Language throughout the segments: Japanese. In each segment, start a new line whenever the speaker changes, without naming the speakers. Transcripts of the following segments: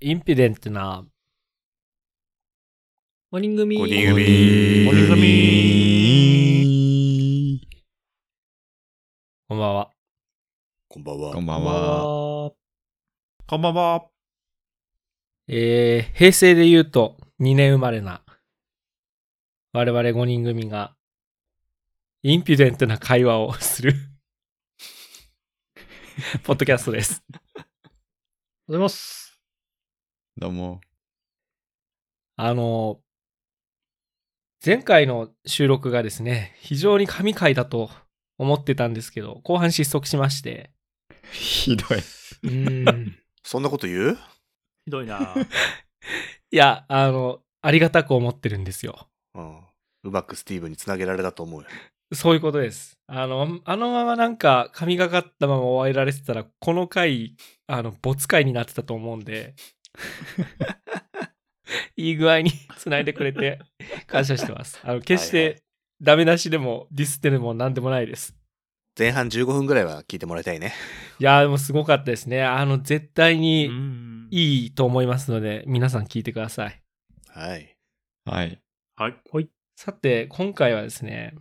インピデントな、モーニングミー。
五人組。
五人
組。
こんばんは。
こんばんは。
こんば
こ
んは。
は。
こんばんは。
えー、平成で言うと2年生まれな、我々5人組が、インピデントな会話をする、ポッドキャストです。
おはようございます。
どうも。
あの、前回の収録がですね、非常に神回だと思ってたんですけど、後半失速しまして、
ひどい。
うーん。
そんなこと言う
ひどいな。
いや、あの、ありがたく思ってるんですよ。
うん。うまくスティーブにつなげられたと思うよ。
そういうことです。あの、あのままなんか、神がかったまま終えられてたら、この回、あの、没回になってたと思うん で、いい具合に 繋いでくれて、感謝してます。あの、決し
はいは
て、ダメ出しでも、ディスってでも何でもないです。
前半15分ぐらいは聞いてもらいたいね。
いやー、でもすごかったですね。あの、絶対
う
に
ん。
いいと思いますので、皆さん聞いてください。
はい。
はい。
はい。はい。
さて、今回はですね、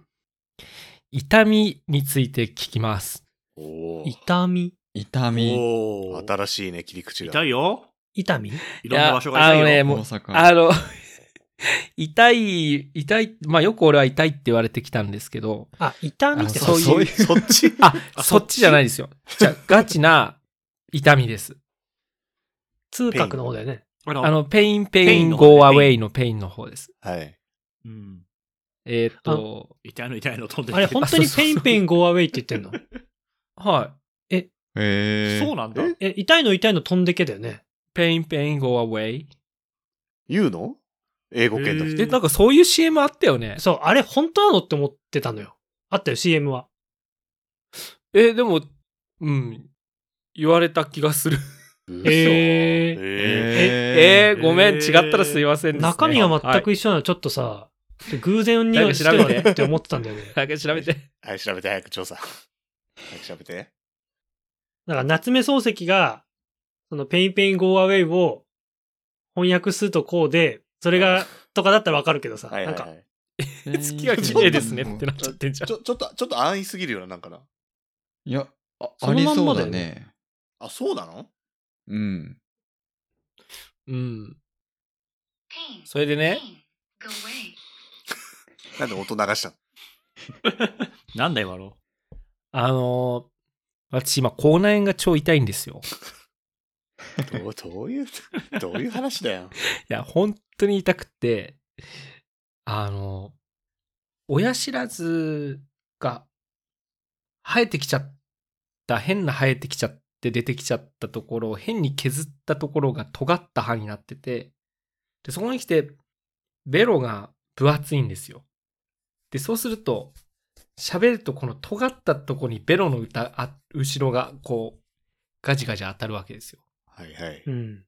痛みについて聞きます。
おー
痛み
痛み。
おー
新しいね、切り口が。
痛いよ。
痛み
いろんな場所が
いやあの
痛い
ね
よ。
もう
大阪。
あの、 痛い、痛い、まあよく俺は痛いって言われてきたんですけど、
あ、痛み
あ
って
そういう
そういう。
そっち
あ、そ
そっち
っちじゃないですよ。じゃあガチな痛みです。
痛覚の方だよね。
あの
あの、ペインペ
ペ
イ
イ
ン
ンの方ね
go away のペインの方です。
はい。
うん、
えーっと、
痛いの痛いの飛んで
あれ、 本当にペインペインゴーアウェイって言ってんの
はい。
えー。
そうなんだ。
え
え、痛いの痛いの飛んでけだよね。
ペインペイン go away。
言うの英語圏の
へ
人
ー。
で、なんかそういう CM あったよね。
そう、あれ本当なのって思ってたのよ。あったよ、CM は。
えーでも、うん、言われた気がする。
嘘
えー
え
え
えー、ごめん、
え
違
ー
ったらすいませんです、ね。
中身が
は
全
い
く一緒なの、ちょっとさ、偶然に
誰か
は
調べ
し
て
てはって思ってたんだよね。
だけ調べて。
ーはい、調べて、早く調査。早く調べて。
だから、夏目漱石が、そのペインペインゴーアウェイを翻訳するとこうで、それが、とかだったらわかるけどさ、
はい
な
は
ん
いは
か、
い。
ー。
月が綺麗ですねってなっちゃってんじゃん
ち。ょ、ちょっと、ちょっと安易すぎるよな、なんかな。
いや、あ
そ
あ
の
り
まん
そ
ま
う
だ
だ
よね
ね。
あ、そうなの
うん。
うん。そ
そ
れ
れ
で
で
ね
ね、
なんで音流したの
なんだ今の。
あのー私今、口内炎が超痛いんですよ。
どうどういう、どういう話だよ。
いや、本当に痛くて、あのー親知らずが生えてきちゃった、変な生えてきちゃって出てきちゃったところを、変に削ったところが尖った歯になってて、で、そこに来て、ベロが分厚いんですよ。で、そうすると、喋るとこの尖ったとこにベロの歌あ後ろがこう、ガジガジ当たるわけですよ。
はいはい。
うん。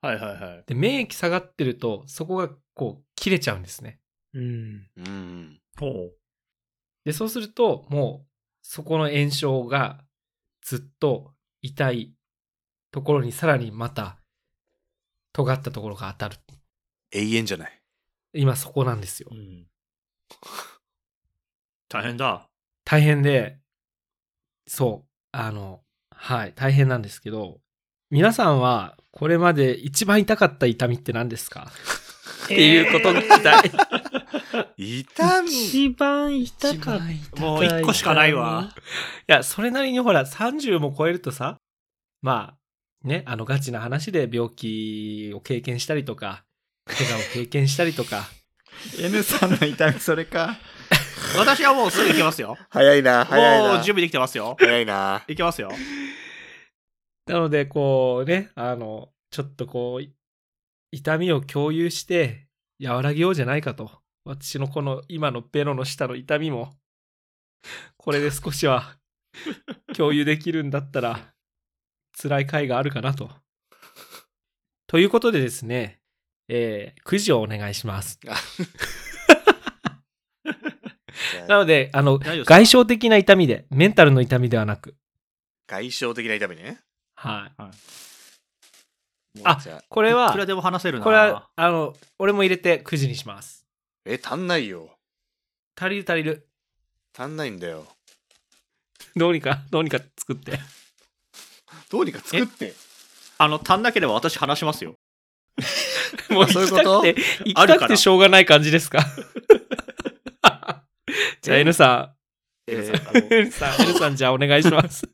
はいはいはい。
で、免疫下がってると、そこがこう、切れちゃうんですね。
うん。
うん。
ほ
で、そうすると、もう、そこの炎症がずっと痛いところにさらにまた、尖ったところが当たる。
永遠じゃない。
今そこなんですよ
う。。うん、大変だ。
大変で、そう、あの、はい、大変なんですけど、皆さんは、これまで一番痛かった痛みって何ですか、っていうことが聞きたい。
痛み
一番痛かった。
もう一個しかないわ。
いや、それなりにほら、30も超えるとさ、まあ、ね、あの、ガチな話で病気を経験したりとか、怪我を経験したりとか、
N さんの痛み、それか。
私はもうすぐ行きますよ。
早いな、 早い
もう
な。
準備できてますよ。
早いな。
行きますよ。
なので、こうね、あの、ちょっとこう、い痛みを共有して、和らげようじゃないかと。私のこの今のベロの下の痛みも、 これで少し は共有できるんだったら、辛い回があるかなと。ということでですね、えー、くじをお願いします。なので、あの、
大丈夫
外
ですか
傷的な痛みで、メンタルの痛みではなく、
外傷的な痛みね。
はい。あ
じゃあ
これ
い
は
くらでも話せるな。
これはあの俺も入れて9時にします
え、足んないよ。
足りる足りる
足んないんだよ。
どうにかどうにか作 って
どうにか作って。
あの、足んなければ私話しますよ。
もう行きたくて行きたくてしょうがない感じですか じゃあ N さ
えー
ん N さん N さんじゃあお願いします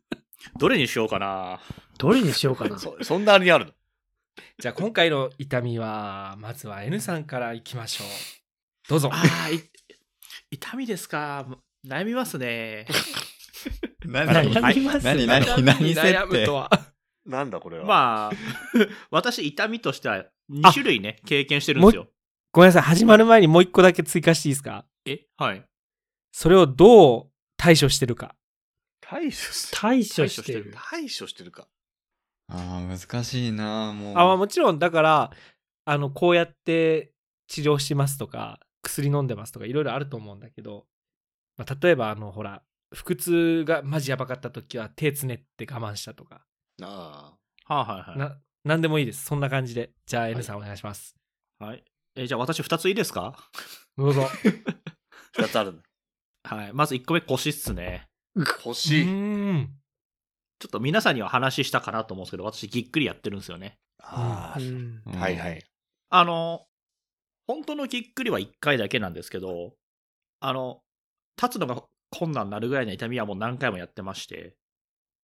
どれにしようかな。
どれにしようかな。
そそんなにあるの
じゃあ今回の痛みはまずは N さんからいきましょうどうぞ
ああ、い痛みですか。悩みますね。
何
悩みます
何何何
悩む
設定
とは
なんだこれは。あ、
まあ、私、痛みとしては2種類ね、経験してるんですよ。
ごめんなさい始まる前にもう一個だけ追加していいですか
えはい。
それをどう対処してるか
対処す
対処して
対処して
る
る。
対処してるか。
ああ、難しいなもう。
あまあもちろんだからあのこうやって治療しますとか薬飲んでますとかいろいろあると思うんだけど、まあ、例えばあのほら腹痛がマジやばかった時は手つねって我慢したとか、
あ
はあ、はいはい。
な何でもいいですそんな感じでじゃあ N さんお願いします、
はい、えーじゃあ私2ついいですか
どうぞ
あ、二つあるの。
はい。まず1個目、腰っすね。
欲
う
しい。
ーん
ちょっと皆さんには話したかなと思うんですけど、私ぎっくりやってるんですよね。
あ
う
ー
ん
うん
はいはい。。
あの、本当のぎっくりは1回だけなんですけど、あの、立つのが困難になるぐらいの痛みはもう何回もやってまして、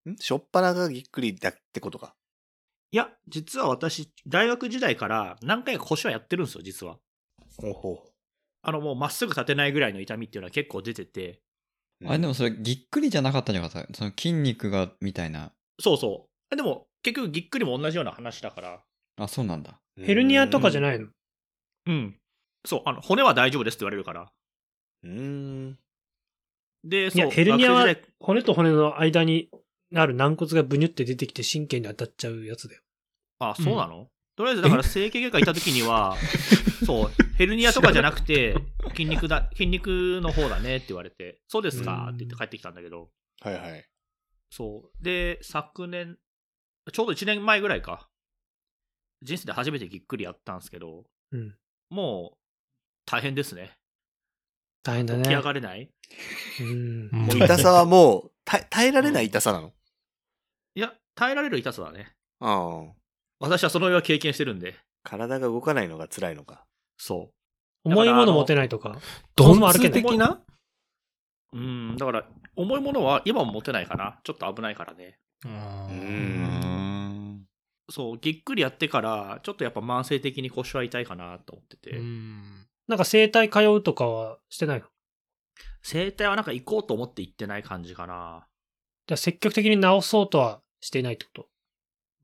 んしょっぱながぎっくりだってことか。
いや、実は私、大学時代から何回か腰はやってるんですよ、実は。
ほうほ
あの、もうまっすぐ立てないぐらいの痛みっていうのは結構出てて、
う
あれでもそれぎっくりじゃなかったんじゃなかったその筋肉がみたいな。
そうそう。でも、結局ぎっくりも同じような話だから、
あ、そうなんだ。
ヘルニアとかじゃ
い。
ないの
うん。そう、あの、骨は大丈夫ですって言われるから。
うーん。
で、
い
そう。
や、ヘルニアは
学生時代
骨と骨の間にある軟骨がブニュって出てきて神経に当たっちゃうやつだよ。
あ、そうなの、とりあえず、だから整形外科行った時には、 そう、ヘルニアとかじゃなくて、筋肉だ、筋肉の方だねって言われて、そうですかって言って帰ってきたんだけど、
はいはい。
そう。で、昨年、ちょうど1年前ぐらいか。人生で初めてぎっくりやったんですけど、
うん。
もう、大変ですね。
大変だね。
起き上がれない
うん。
もう痛さはもう、た耐えられない痛さなの。
いや、耐えられる痛さだね。
ああ。
私はその上は経験してるんで、
体が動かないのが辛いのか。
そう。
重いもの持てないとか。
鈍
も歩け
痛
ない
的な
うん、だから、重いものは今も持てないかな。ちょっと危ないからね。
うー
うん
うん。
そう、ぎっくりやってから、ちょっとやっぱ慢性的に腰は痛いかなと思ってて、
うん
なんか整体通うとかはしてないの
整体はなんか行こうと思って行ってない感じかな。
じゃあ積極的に治そうとはしていないってこと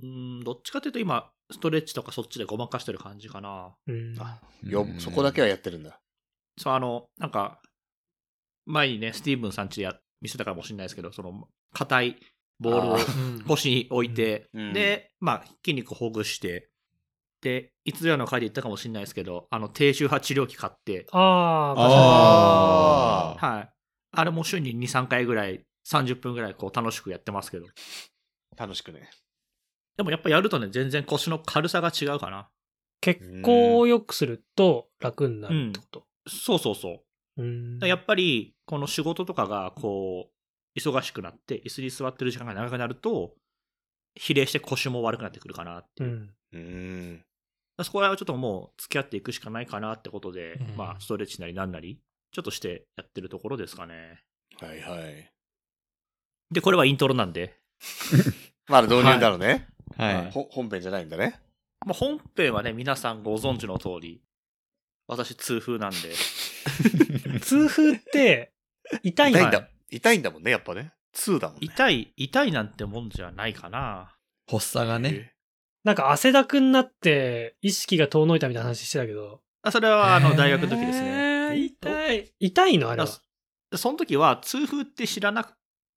うん、どっちかというと今、ストレッチとかそっちでごまかしてる感じかな。
うん。
あよ、そこだけ
は。
はやってるんだ。
そう、あの、なんか、前にね、スティーブンさんちでや見せたかもしれないですけど、その、硬いボールを
あー
腰に置いて、
うん
で、まあ、筋肉ほぐして、で、いつやの回で言ったかもしれないですけど、あの、低周波治療器買って、
あ
ああ。
はい。あれも週に2、3回ぐらい、30分ぐらい、こう、楽しくやってますけど。
楽しくね。
でもやっぱやるとね、全然腰の軽さが違うかな。
血行を良くすると楽になるってこと。
そうそうそう。
うん
だからやっぱり、この仕事とかが、こう、忙しくなって、椅子に座ってる時間が長くなると、比例して腰も悪くなってくるかなって
う
いう。だか
ん。
うーん。
らそこはちょっともう、付き合っていくしかないかなってことで、
うん
まあ、ストレッチなりなんなり、ちょっとしてやってるところですかね。
はいはい。
で、これはイントロなんで、
まだ導入だろうね。
はい。
ほ本編じゃないんだね。
まあ、本編はね、皆さんご存知の通り、私、痛風なんで。
痛風って痛い
痛い
の
んだ。痛いんだもんね、やっぱね。2だもんね。
痛い、痛いなんてもんじゃないかな。
発作がね。
なんか汗だくになって意識が遠のいたみたいな話してたけど、
あそれは、あの、大学の時ですね。
えー痛い
痛いのあれは。
あその時は、痛風って知らなく、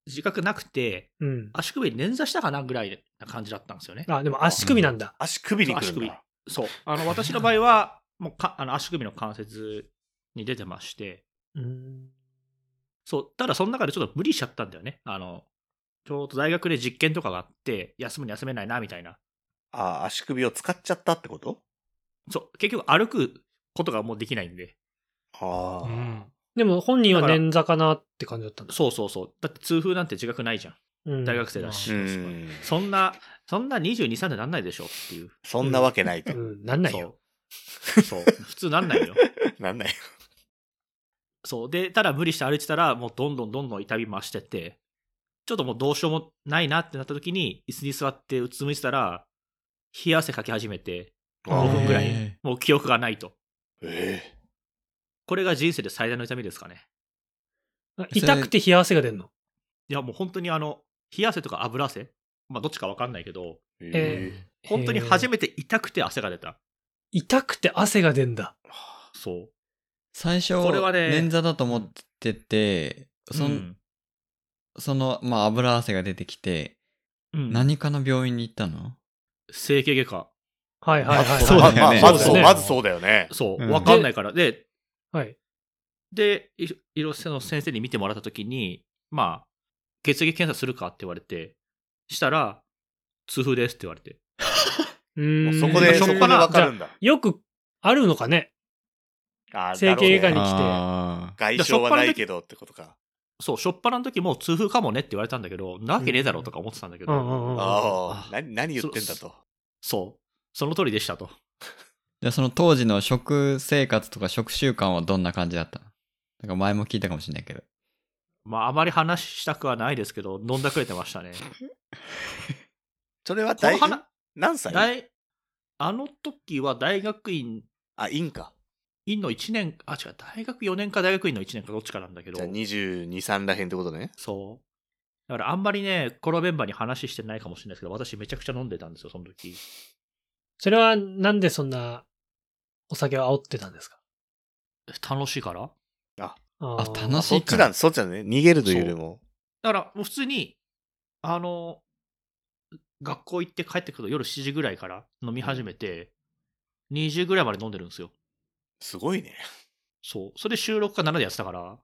自覚なくて、
うん。
足首に捻挫したかなぐらいな感じだったんですよね。
あ、でも足首なんだ。
足首にくる
足
ん
首
だ。
そう。あの、私の場合は、もうか、あの、足首の関節に出てまして、
うん。
そう、ただその中でちょっと無理しちゃったんだよね。あの、ちょうど大学で実験とかがあって、休むに休めないな、みたいな。
あー足首を使っちゃったってこと
そう、結局歩くことがもうできないんで。
あ
う
あ、
ん。
でも本人は
だから
捻挫かなって感じだったんです。
そうそうそう。だって痛風なんて自覚ないじゃん。
うん
大学生だし。
うん。
そんな、そんな22、3でなんないでしょっていう。
そんなわけないと
う。ん、なんないよ。
そう。そう。普通なんないよ。
なんないよ。
そう。で、ただ無理して歩いてたら、もうどんどんどんどん痛み増してって、ちょっともうどうしようもないなってなった時に、椅子に座ってうつむいてたら、冷や汗かき始めて、
あー
5分ぐら
へ
い、
え
もう記憶がないと。
え
これが人生で最大の痛みですかね。
痛くて冷や汗が出るの。
いや、もう本当にあの、冷や汗とか油汗まあ、どっちかわかんないけど、
え
え
え
本当に初
め
めて痛くて汗が出た。
痛くて汗が出んだ。
そう。
最初、
これはね
捻挫だと思ってて、そ,、
うん
その、まあ、油汗が出てきて、
うん
何かの病院に行ったの
整形外科。
はいはいはい。
そうだよね
まあまあまず
そう
そう、
だよね
まずそうだよね。
そうう、
ん
わかんないから。で、
はい。
で、いろいろその先生に見てもらったときに、まあ、血液検査するかって言われて、したら、痛風ですって言われて。
う
もう
ーん
そこで、
そ
そ
こ
こ
か
で
ら
わかるんだ。
よくあるのかね。
あー
整形外科に来て
あー
外傷はないけどってことか。
そう、しょっぱなの時も痛風かもねって言われたんだけど、なわけねえだろうとか思ってたんだけど、
うんうんうん
ああ、な何言ってんだ
そ
と。
そう、その通りでしたと。
じゃあその当時の食生活とか食習慣はどんな感じだったのなんか前も聞いたかもしれないけど。
まあ、あまり話したくはないですけど、飲んだくれてましたね。
それは
こ の
大
話、
何歳
大、あの時は大学院、
あ、インか。
院の1年、あ、違う、大学4年か大学院の1年かどっちかなんだけど
じゃあ、22、3らへんってことね。
そう。だからあんまりね、このメンバーに話してないかもしれないですけど、私めちゃくちゃ飲んでたんですよ、その時。
それはなんでそんなお酒を煽ってたんですか
楽しいから
あ
あ、
ー
楽し
そっ
い
ち
か
だ、
ら。
そっちだね。逃げるというよりも。
だからもう普通に、あの、学校行って帰ってくると夜7時ぐらいから飲み始めて、2時ぐらいまで飲んでるんですよ。
すごいね。
そう。それ収録か7でやってたから、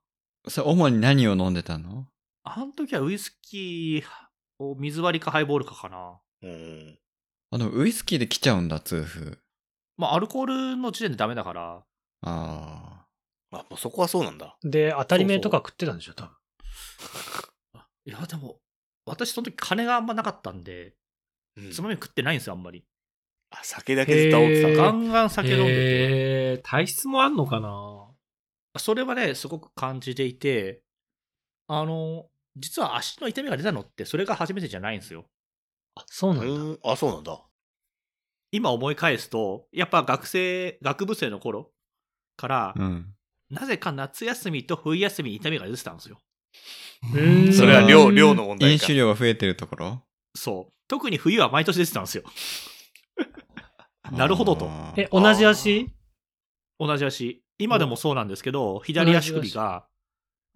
それ主に何を飲んでたの
あの時はウイスキーを水割りかハイボールかかな。
うん。
あ、でもウイスキーで来ちゃうんだ、痛風。
まあ、アルコールの時点でダメだから、
あ
あ、もうそこはそうなんだ。
で、当たり前とか食ってたんでしょ、多分。
いや、でも、私その時金があんまなかったんで、
うん
つまみ食ってないんですよ、あんまり。
あ、酒だけずっと煽って
へ
た
ガ
か。
ンガン酒飲んでて。
へー体質もあんのかな
それはね、すごく感じていて、あの、実は足の痛みが出たのって、それが初めてじゃないんですよ。
あ、そうなん
う
だ。
ん、あ、そうなんだ。
今思い返すと、やっぱ学生、学部生の頃から
あ。、うん。
なぜか夏休みと冬休みに痛みが出てたんですよ。
うーん
それは
う
量、
ん
量の問題
飲
か
酒。量が増えてるところ
そう。特に冬は毎年出てたんですよ。なるほどと
あー
え、同じ足
同じ足。今でもそうなんですけど、左足首が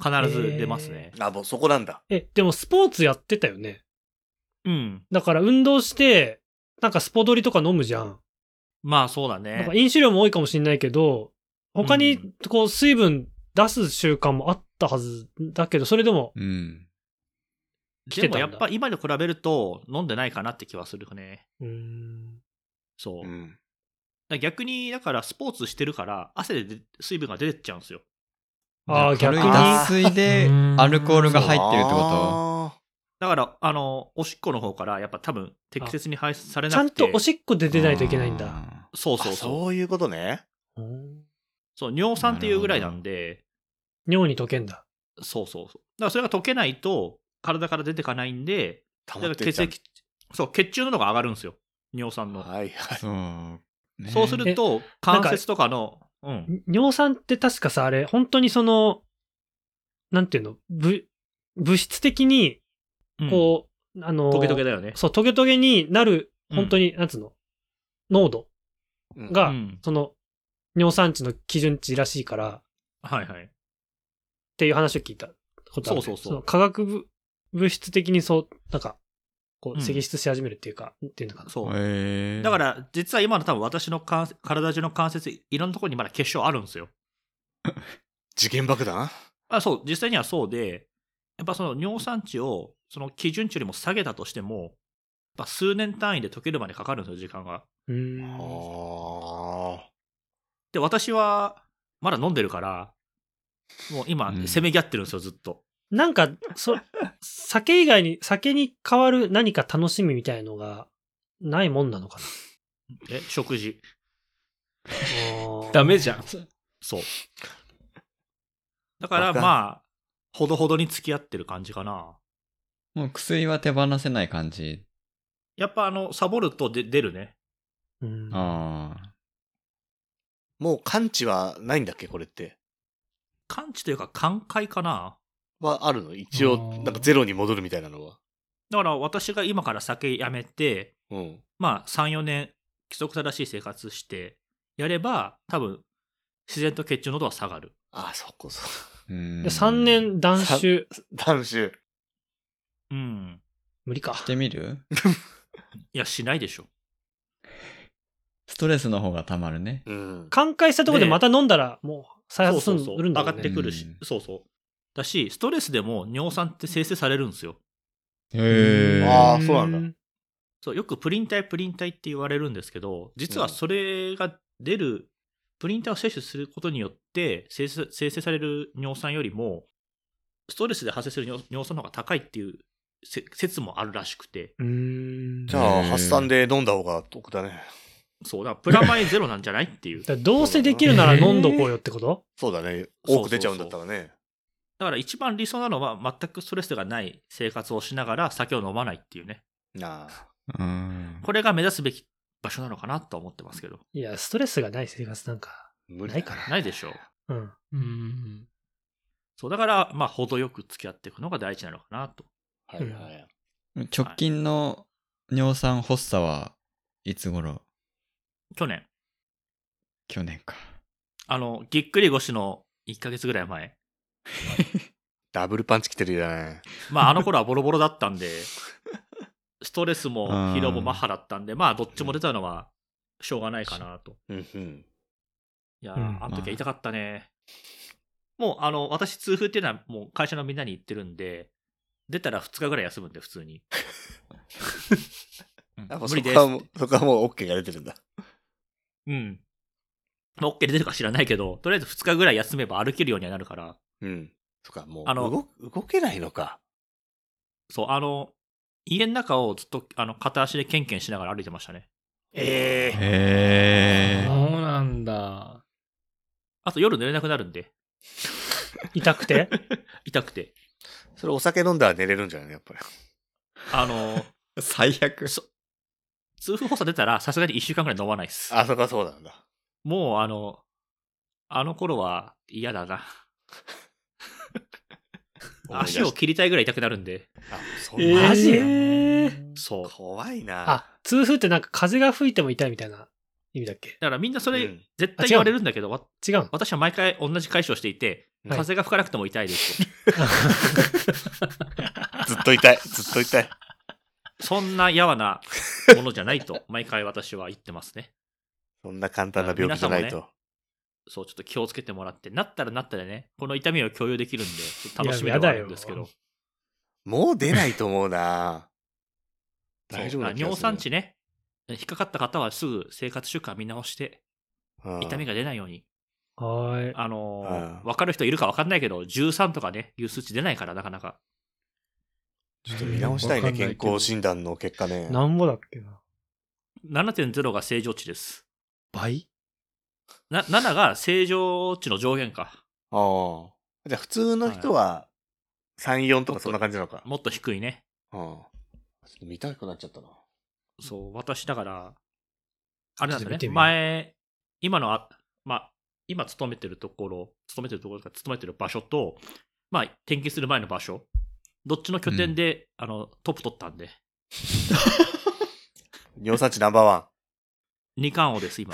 必ず出ますね。
あ、もうそこなんだ。
え、でもスポーツやってたよね。
うん。
だから運動して、なんかスポドリとか飲むじゃん。
まあそうだ
なん
ね
か。飲酒量も多いかもしれないけど、他
う
にこう水分出す習慣もあったはずだけど、それでも、
うん。
来てた
で
ん
も
だ
やっぱ今に比べると飲んでないかなって気はするね。
うーん。
そ
う
う。
ん。
だから逆に、だからスポーツしてるから、汗で出水分が出てっちゃうんですよ。
あー
じゃ軽い
逆に
脱水で
うん
アルコールが入ってるってこ
あ
だから、あの、おしっこの方から、やっぱ多分、適切に排出され
ち
な
ゃ
く
ん
て。
とおしっこで
と
出ないといけないんだ。
あ
そう
ー
そう
あ
そう。
そういうことね。
そう、尿酸っていうぐらいなんで、
尿に溶けんだ。
そうそうそう。だからそれが溶けないと、体から出てかないんで、
た
だ
ま
か
っ
ら
てっち
血
ゃう
液、そう、血中ののが上がるんですよ。尿酸の。
はいは
ー
い。
そう、ね
そうすると、関節とかの、うん。
尿酸って確かさ、あれ、本当にその、なんていうの、ぶ物質的に、
うん
こう、あのー、
トゲトゲだよね。
そう、トゲトゲになる、
うん
本当に、なんつうの、濃度
うん
が、
うん
その、尿酸値の基準値らしいから、っ
はいはい。
ていう話を聞いたことあるね、
そうそうそう
の化学物物質的にそう、なんか、こ
う
う、
ん
析出し始めるっていうか、っていうのかな。
そう。
へー
だから、実は今の多分私の関節体中の関節、いろんなところにまだ結晶あるんですよ。
事件爆弾
あそう、実際にはそうで、やっぱその尿酸値をその基準値よりも下げたとしても、ぱ数年単位で溶けるまでかかるんですよ、時間が。
うーん。
あ
で、私は、まだ飲んでるから、もう今
う、ん
せめぎ合ってるんですよ、ずっと。
なんか、そ、酒以外に、酒に代わる何か楽しみみたいのがないもんなのかな。
え、食事。
あー
ダメじゃん。
そう。だから、
わかん
まあ、ほどほどに付き合ってる感じかな。
もう薬は手放せない感じ。
やっぱ、あの、サボるとで出るね。
うん
ああ。
もう完治はないんだっけこれって。
感知というか、感慨かな。
はあるの一
あ
応、
ー
なんかゼロに戻るみたいなのは。
だから、私が今から酒やめて、
うん。
まあ、3、4年、規則正しい生活して、やれば、多分、自然と血中濃度は下がる。
あ、そこそこ。
うーん
で3年断酒、
男子。
うん。
無理か
し。てみる
いや、しないでしょ。
ストレスの方がたまるね。
うん。
寛解したところでまた飲んだら、もう再
そう
発す
そ
る
うそう。
ん
上
だ
が
ろう
っ
ね
てくるし、
うん
そうそう。だし、ストレスでも尿酸って生成されるんですよ。
へえ。
あーそうなんだ
ん
そうよくプリン体プリン体って言われるんですけど、実はそれが出る、プリン体を摂取することによって生成生成される尿酸よりも、ストレスで発生する尿尿酸の方が高いっていうせ説もあるらしくて、
うーん。
じ
だか
ゃ
へ
あ、
ー
発散で飲んだ方が得だね。
そうだ、プラマイゼロなんじゃないっ ていう。だ
らどうせできるなら飲んどこうよってこと
そうだね。
そうそうそう
多く出ちゃうんだったらね。
から一番理想なのは全くストレスがない生活をしながら酒を飲まないっていうね。
なあ。
うん。
これが目指すべき場所なのかなとは思ってますけど。
いや、ストレスがない生活なんか。
無理
ないか
ないでしょ
う
う。
ん。
うん。
そう、だから、まあ、程よく付き合っていくのが大事なのかなと。
はいはい。
直近の尿酸発作はいつ頃
去年、
去年か。
あの、ぎっくり腰の1ヶ月ぐらい前。
ダブルパンチ来てるじゃない。
まあ、あの頃はボロボロだった んで、ストレスも疲労もマッハだったんで、まあ、どっちも出たのはしょうがないかなと。
うんうん。
いや
う
ー、
ん
あの時は痛かったね。もう、あの、私、痛風っていうのはもう会社のみんなに言ってるんで、出たら2日ぐらい休むんで、普通に。うん
やっぱ
無
そ
理で
こ
すっ
は
て
もう、そこはもう OK が出てるんだ。
うん。まあ、OK 出てるか知らないけど、とりあえず2日ぐらい休めば歩けるようにはなるから、
うん。そっか、もう
あの
動、動けないのか。
そう、あの、家の中をずっと、あの、片足でケンケンしながら歩いてましたね。
ええ
そう
へえ。
なんだ。
あと夜寝れなくなるんで、
痛くて
痛くて。
それお酒飲んだら寝れるんじゃないのやっぱり。
あの、
最悪。
痛風発作出たらさすがに1週間ぐらい飲まないです。
あ、そこはそうなんだ。
もう、あの、あの頃は嫌だな。足
思
を
い出し
切りたいぐらい痛くなるんで、
た。あ、そ
えー
んな
マジ
そう。
怖いな。
あ、痛風ってなんか風が吹いても痛いみたいな意味だっけ
だからみんなそうれ
ん
絶対言われるんだけど、わ
違うの
私は毎回同じ解消していて、
はい
風が吹かなくても痛いですと。
ずっと痛い。ずっと痛い。
そんなやわなものじゃないと、毎回私は言ってますね。
そんな簡単な病気じゃないと。
そう、ちょっと気をつけてもらって、なったらなったらね、この痛みを共有できるんで、ちょっと
いや
楽しみではあるんですけ
やだ
ど
よ、
もう出ないと思うな。大丈夫
そう
な気が
あ
する
尿酸値ね、引っかかった方はすぐ生活習慣見直して、
うん
痛みが出ないように、
はーい。
あの
あ
ー
あ
分かる人いるか分かんないけど、13とかね、いう数値出ないから、なかなか。
ちょっと見直したい
わ
ね、
かんない
健
けど
康診断の結果ね。
なんぼだっけな。
7.0が正常値です。
倍
な7が正常値の上限か。
ああ。じゃあ普通の人は3、4とかそんな感じなのか。
もっと低いね。
うん。ちょっと見たくなっちゃったな。
そう、私だから、あれなん
ちょっと
だ
見て
ね、
みよう
前、今のあ、まあ、今勤めてるところ、勤めてるところとか、勤めてる場所と、まあ、転勤する前の場所、どっちの拠点で、あの、トップ取ったんで、
尿酸値ナンバーワ
二冠王で す、今。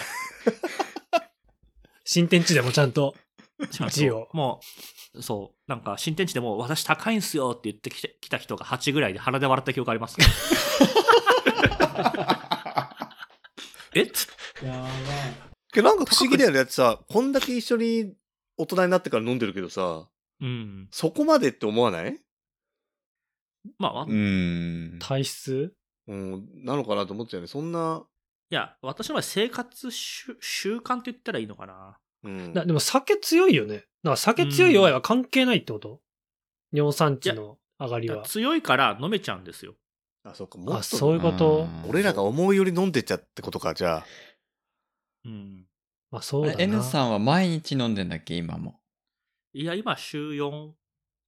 新天地でもちゃんと。一応
もう、そう、なんか、新天地でも、私高いんすよって言ってきてきた人が8ぐらいで鼻で笑った記憶あります。 えっつって
やばい。
ン。けどなんか不思議だよね。だってさ、こんだけ一緒に大人になってから飲んでるけどさ、
うん。
そこまでって思わない
まあ
う、ーん。
体質
ううん、なのかなと思ってたよね。そんな、
いや、私の場合、生活習習慣って言ったらいいのかな。
うん。
なでも酒強いよね。だから酒強い弱いは関係ないってこと、尿酸値の上がり
だか
は
ら。強いから飲めちゃうんですよ。
あ、そうか、もっと
あ、そういうこと。
うん
俺らが思うより飲んでっちゃってことか、じゃあ。
うん。
まあそうだな。
え N さ
ん。
んは毎日飲んでんだっけ今も。
いや、今、週4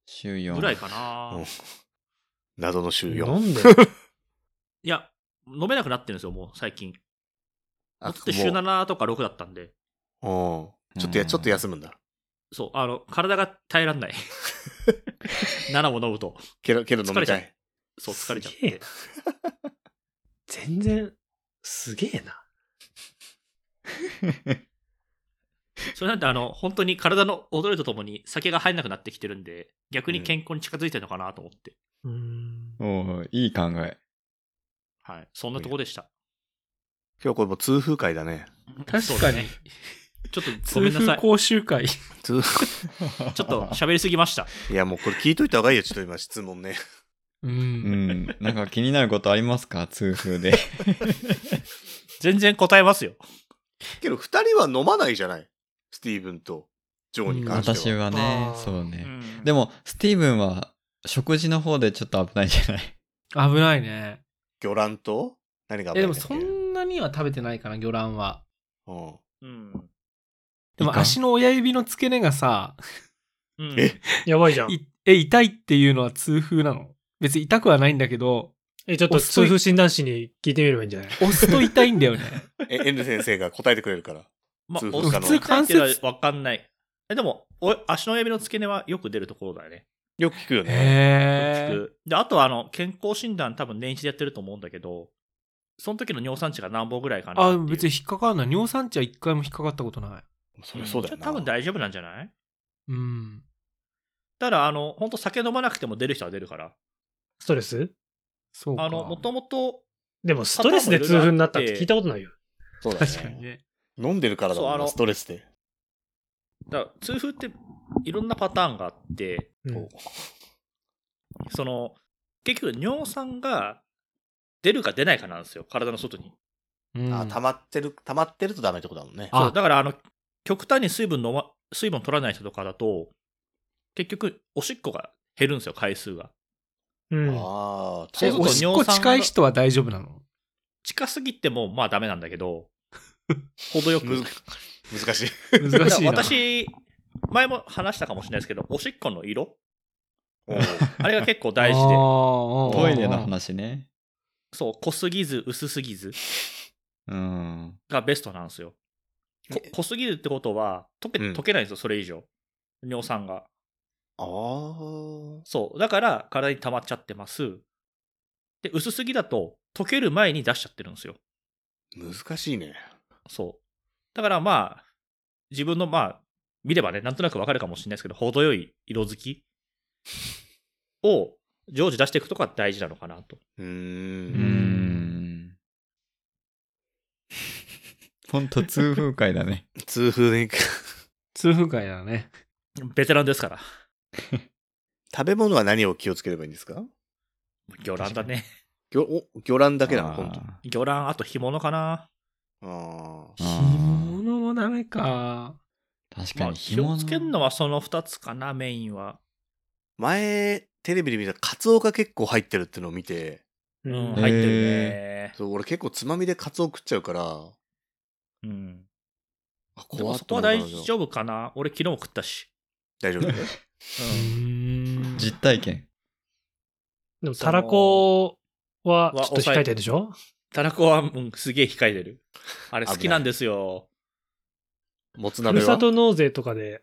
週4。
ぐらいかな。
うん謎の週4。
飲んで る
いや、飲めなくなってるんですよ、もう、最近。
あ
ずっと週7とか6だったんで。
もううん。ちょっとや、
うん
ちょっと休むんだ。
そう、あの、体が耐えらんない。7も飲むと。
けど、けど飲
疲
み
れち
た
ゃう
い。
そう、疲れちゃっ
すげえ
て。
な全然、すげえな。
それなんて、あの、本当に体の踊りとともに酒が入んなくなってきてるんで、逆に健康に近づいてるのかなと思って。
うーん。
おういい考え。
はい。そんなとこでした。
今日これもう痛風会だね。
かに
そうだね。ちょっとごめ
痛
んなさ
風
い。
講習会。
痛
ちょっと喋りすぎました。
いや、もうこれ聞いといた方がいいよ、ちょっと今質問ね。
う。
うんん。なんか気になることありますか痛風で。
全然答えますよ。
けど、二人は飲まないじゃないスティーブンとジョーに関しては。
私はね
あ、ー
そうね。
うん
でも、スティーブンは食事の方でちょっと危ないじゃない。
危ないね。
魚卵と何が
え、で
危ないん
も
だっけ
そんなには食べてないかな、魚卵は。
うん
うん。
で
い
も
かん
足の親指の付け根がさ、
うん
え
やばいじゃん。
いえ、痛いっていうのは痛風なの別に痛くはないんだけど、
え、ちょっと痛風診断士に聞いてみればいいんじゃない
押すと痛いんだ よね。
え、エンル先生が答えてくれるから。
まあ、
痛風
お
かな
普通関節はわかんない。え、でも、お足の指の付け根はよく出るところだよね。
よく聞くよね。
へ
よ
ー。
く聞くで、あとはあの、健康診断多分年一でやってると思うんだけど、その時の尿酸値が何本ぐらいかな
あ、
って
で
いう。
も別に引っかかんない。尿酸値は一回も引っかかったことない。
そりゃそうだよ
ん
な。
多分大丈夫なんじゃない
うん。
ただ、あの、本当酒飲まなくても出る人は出るから。
ストレス
そうか。
あの、もともと、
でもストレスで痛風になったって聞いたことないよ。
そうだ
確かに
ね。
ね。
飲んでるからだ
そ
も
うんあの
な、ストレスで。
だから痛風っていろんなパターンがあって、
うん
その、結局尿酸が出るか出ないかなんですよ、体の外に。
うん
あ、溜まってる、溜まってるとダメってことだもんね。
あ
そうだから、あの、極端に水分の、ま、水分取らない人とかだと、結局、おしっこが減るんですよ、回数が。
うん。
ああ、
え
そうする
お
と
しっこ
尿酸が
近い人は大丈夫なの
近すぎても、まあダメなんだ けど、程よく。
むず難しい。
難 しいな。
だから私、前も話したかもしれないですけど、おしっこの色
おう
あれが結構
あー、
大事で。
ト
ト
イレの。話ね。
そう、濃すぎず、薄すぎず
うん。
がベストなんですよ。こ濃すぎるってことは、溶け、
うん
溶けないんですよ、それ以上。尿酸が。
ああ。
そう。だから、体に溜まっちゃってます。で、薄すぎだと、溶ける前に出しちゃってるんですよ。
難しいね。
そう。だからまあ、自分のまあ、見ればね、なんとなくわかるかもしれないですけど、程よい色づきを常時出していくとか大事なのかなと。
うー
う
ん。
ん。ほんと痛風会だね。
痛風で
痛風会だね。
ベテランですから。
食べ物は何を気をつければいいんですか
魚卵だね。
魚お魚卵だけなの、
あー
本当。
魚卵、あと干物かな。
ああ。
干
あー
物もダメか。
確か
まあ、
に
気をつける
紐
のはその2つかな、メインは。
前、テレビで見たカツオが結構入ってるってのを見て、
う
うん、
ん
えー
入ってるね。
そう俺結構つまみでカツオ食っちゃうから、
うん。
あ
でも
っ
そこは大丈夫かな。俺昨日も食ったし。
大丈夫だよね
うん
実体験。
でも、たらこは
その
ちょっと控えてるでしょ
たらこは、うん、すげえ控えてる。あれ好きなんですよ。
もつ
ふ
鍋
るさ
は
と納税とかで、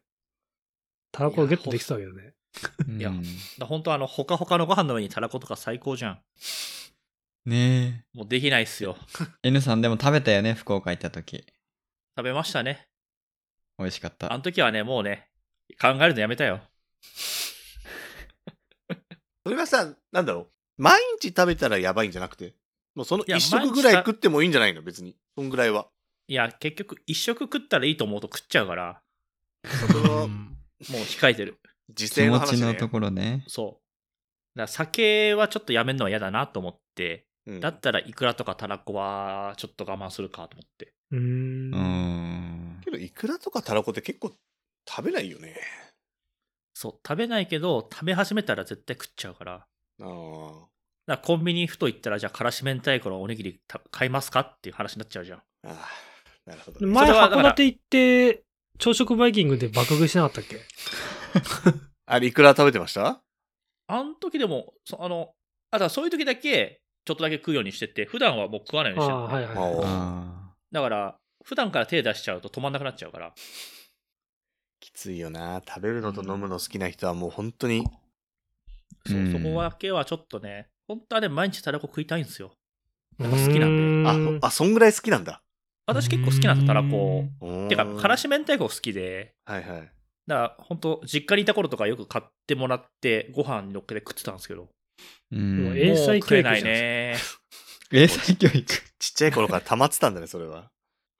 たらこをゲットできそうだけどね。
うん
いやだ本当あの、ほかほかのご飯の上にたらことか最高じゃん。
ね
もうできないっすよ。
え。N さんでも食べたよね、福岡行った時。
食べましたね。
美味しかっ
あ
た。
の時はね、もうね、考えるのやめたよ。
それがさ、なんだろう。毎日食べたらやばいんじゃなくて、もうその
いや
一食ぐらい
毎日
食ってもいいんじゃないの別に。そんぐらいは。
いや、結局、一食食ったらいいと思うと食っちゃうから、
それは、
もう控えてる。
自
気
制の
持ち
話
の
ね
と。ころね。
そう。だから酒はちょっとやめるのは嫌だなと思って、
ううん
だったらイクラとかタラコはちょっと我慢するかと思って。
うー。
うんん。
けど、イクラとかタラコって結構食べないよね。
そう、食べないけど、食べ始めたら絶対食っちゃうから。
あー
だからコンビニふと行ったら、じゃあ、からし明太子のおにぎりた買いますかっていう話になっちゃうじゃん。
あー、なるほどね、
前、
それはだか
函
ら
館行って、朝食バイキングで爆食いしなかったっけ
あれ、イクラ食べてました
あの時でも、そあの、あとはそういう時だけ、ちょっとだけ食うようにしてて、普段はもう食わないよう
あ
にして
あ、
る
はいはい
あ
は
ー
あ
だから、普段から手出しちゃうと止まんなくなっちゃうから。
きついよな。食べるのと飲むの好きな人はもう本当に、
そうう、
ん
そこだけはちょっとね、本当はね、毎日タラコ食いたいんですよ。
い。
なんか好きなんで。
あ
うー、
あ、そんぐらい好きなんだ。
私結構好きなんですよ、タラコ。て
て
か、からし明太子好きで、
はいはい。
だから、本当実家にいた頃とかよく買ってもらって、ご飯に乗っけて食ってたんですけど、
ーう。
もうん英
もう
才教育
食え
じゃん
ないね。
英才教育。
ちっちゃい頃から溜まってたんだね、それは。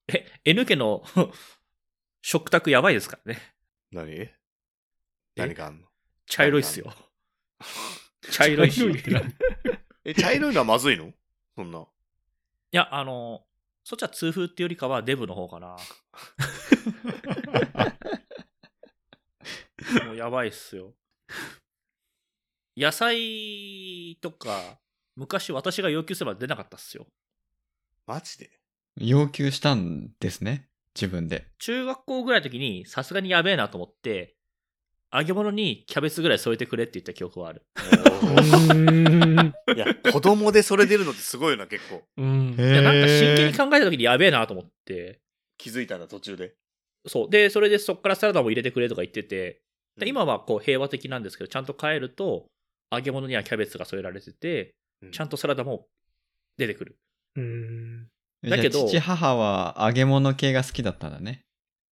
え、N 家の食卓やばいですからね。
何何があんの
茶色いっすよ。 茶色いし。い
え、茶色いのはまずいのそんな。
や、あの、そっちは痛風っていうよりかはデブの方か な。もうやばいっすよ。野菜とか、昔私が要求すれば出なかったっすよ。
マジで
要求したんですね。自分で。
中学校ぐらいの時にさすがにやべえなと思って、揚げ物にキャベツぐらい添えてくれって言った記憶はある。
うーん
いや、子供でそれ出るのってすごいよな、結構。
うん
へ
いや、なんか真剣に
か
考えた時にやべえなと思って、
気づいたんだ、途中で。
そう。で、それでそっからサラダも入れてくれとか言ってて、で今はこう平和的なんですけど、ちゃんと帰ると、揚げ物にはキャベツが添えられてて、
うん、
ちゃんとサラダも出てくる。
うーん。
だけど
父母は揚げ物系が好きだったんだね。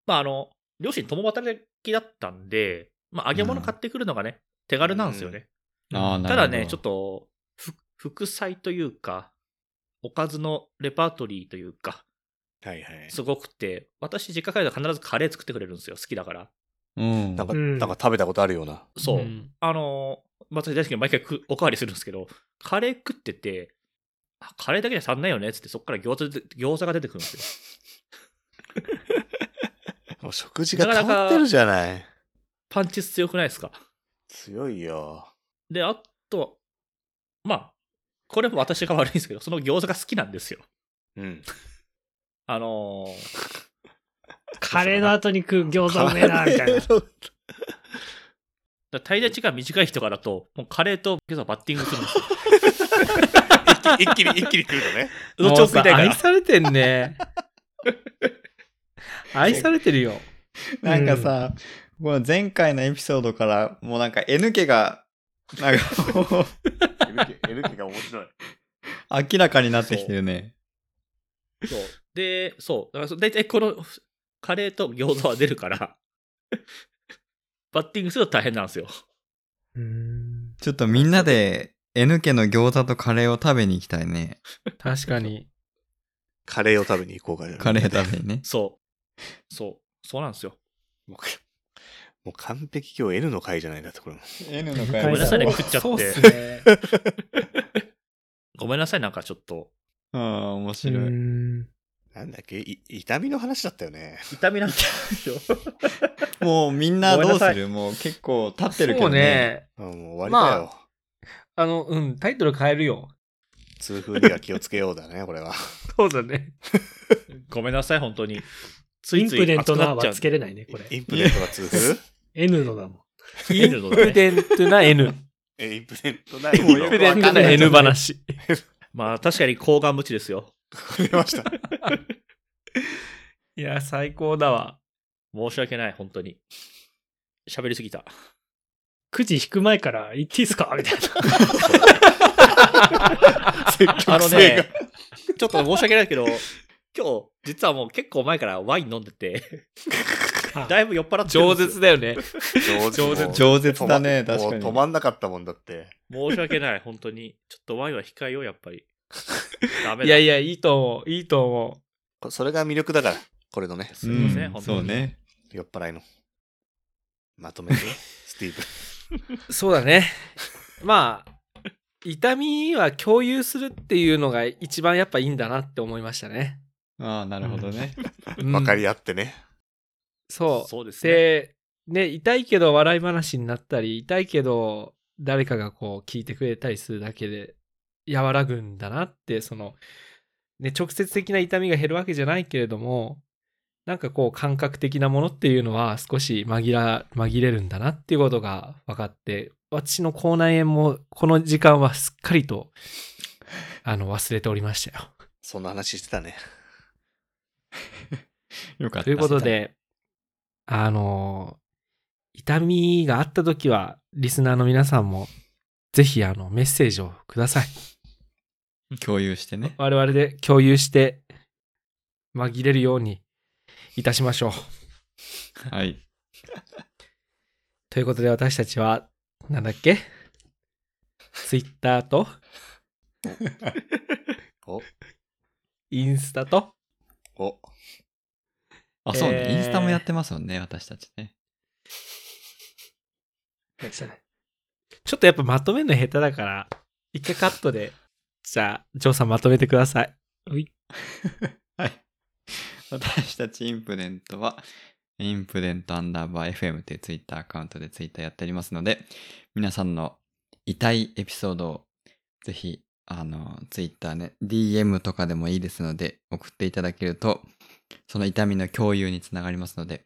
まあ、あの、両親共働きだったんで、まあ、揚げ物買ってくるのがね、手軽なんですよね。
ああ、な
た
るほ
だ
ど。
ね、ちょっと、ふ副菜というか、おかずのレパートリーというか、
はいはい。
すごくて、私、実家帰ると必ずカレー作ってくれるんですよ、好きだから。
うん。
なんか、
うん
なんか食べたことあるような。
そう。
ん
あのー、私大好きで毎回食うおかわりするんですけど、カレー食ってて、あカレーだけじゃ足んないよねっつって、そっから餃子で餃子が出てくるんですよ。
もう食事が変わってるじゃない。
パンチ強くないですか
強いよ。
で、あと、まあ、これも私が悪いんですけど、その餃子が好きなんですよ。
うん。
あのー、
カレーの後に食う餃子うめえな、みたいな。
だ滞在時間短い人からだと、もうカレーと餃子バッティングするん ですよ。
一気に、一気に食うのね。
どっちも食いたいか
愛
ら。
されてんね。 愛されてるよ。
なんかさ、この前回のエピソードから、もうなんか N 家が、なんかもう
N ケが面白い。
明らかになってきてるね。
そう。で、そう。だからそ、大体この、カレーと餃子は出るから、 バッティングすると大変なんですよ。
うーん
ちょっとみんなで N 家の餃子とカレーを食べに行きたいね。
確かに。
カレーを食べに行こうかじゃあ
カレー食べにね。
そう。そう。そうなんですよ。
もうもう完璧今日 N の回じゃないんだって、これも。
N の
ごめんなさいね、食っちゃ
そう
っ。
ってすね。
ごめんなさい、なんかちょっと。
うん、面
う
白
ー
い。
ん
なんだっけい痛みの話だったよね。
痛みなんですよ。
もうみんな
ごめん
ど
な
う
さ
す
い
るもう結構立ってるけ
そ
ど
う
ね。
ね。
あもう終わりだよ。
あの、うん、タイトル変えるよ。
痛風には気をつけようだね、これは。
そうだね。
ごめんなさい、本当に。つ
イ
い
ン
つ
プ
い
デン
熱
ト
く
な
なっちゃ
は
う
つ。けれないね、こ
イ
れ。
ンプデントが痛風
N のだもん。
インプデントだね
インプデント な N。
え、インプデントない
インプデントな N 話。
まあ、確かに抗がん無知ですよ。
出ました。
いや、最高だ わ。
申し訳ない、本当に。喋りすぎた。
くじ引く前から言っていいっすかみたいな。
積
あの
極性が
ね。、ちょっと申し訳ないけど、今日、実はもう結構前からワイン飲んでて、だいぶ酔っ払ってる
饒
んです
舌
よ。
だよね。
上手。
上
手上手だね
もう
確かに
もう止まんなかったもんだって。
申し訳ない、本当に。ちょっとワインは控えよう、やっぱり。ダメだ。
いやいや、いいと思う。いいと思
こそれが魅力だから、これのね、
すいません、
うん
本当に。
そうね。
酔っ払いの。 まとめて、スティーブ。
う。そうだね。まあ、痛みは共有するっていうのが一番やっぱいいんだなって思いましたね。
ああ、なるほどね。
うん
分かり合ってね。
そう。
そうですね。
で、ね、痛いけど笑い話になったり、痛いけど誰かがこう聞いてくれたりするだけで和らぐんだなって、その、ね、直接的な痛みが減るわけじゃないけれども、なんかこう感覚的なものっていうのは少し紛ら、紛れるんだなっていうことが分かって、私の口内炎もこの時間はすっかりと、あの、忘れておりましたよ。
そんな話してたね。
よかった。
ということで、あの、痛みがあったときは、リスナーの皆さんも、ぜひ、あの、メッセージをください。
共有して ね。
我々で共有して、紛れるようにいたしましょう。
はい。
ということで、私たちは、なんだっけツイッターと、
お、
インスタと、
お、
あ、そうね、
えー
インスタもやってますもんね、私たちね。
ちょっとやっぱまとめるの下手だから、一回カットで、じゃあ、ジョーさんまとめてください。
はい。 私たちインプデントは、インプデントアンダーバー FM というツイッターアカウントでツイッターやっておりますので、皆さんの痛いエピソードをぜひ、あの、ツイッターね、DM とかでもいいですので、送っていただけると、その痛みの共有につながりますので、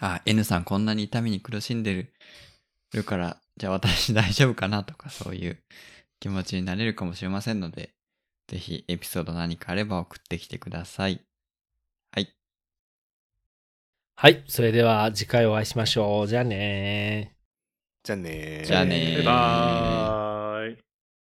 あ、N さんこんなに痛みに苦しんでるるから、じゃあ私大丈夫かなとか、そういう気持ちになれるかもしれませんので、ぜひエピソード何かあれば送ってきてください。はい。
はい。それでは次回お会いしましょう。じゃあねー。
じゃあねー
じゃあねー
バイバーイ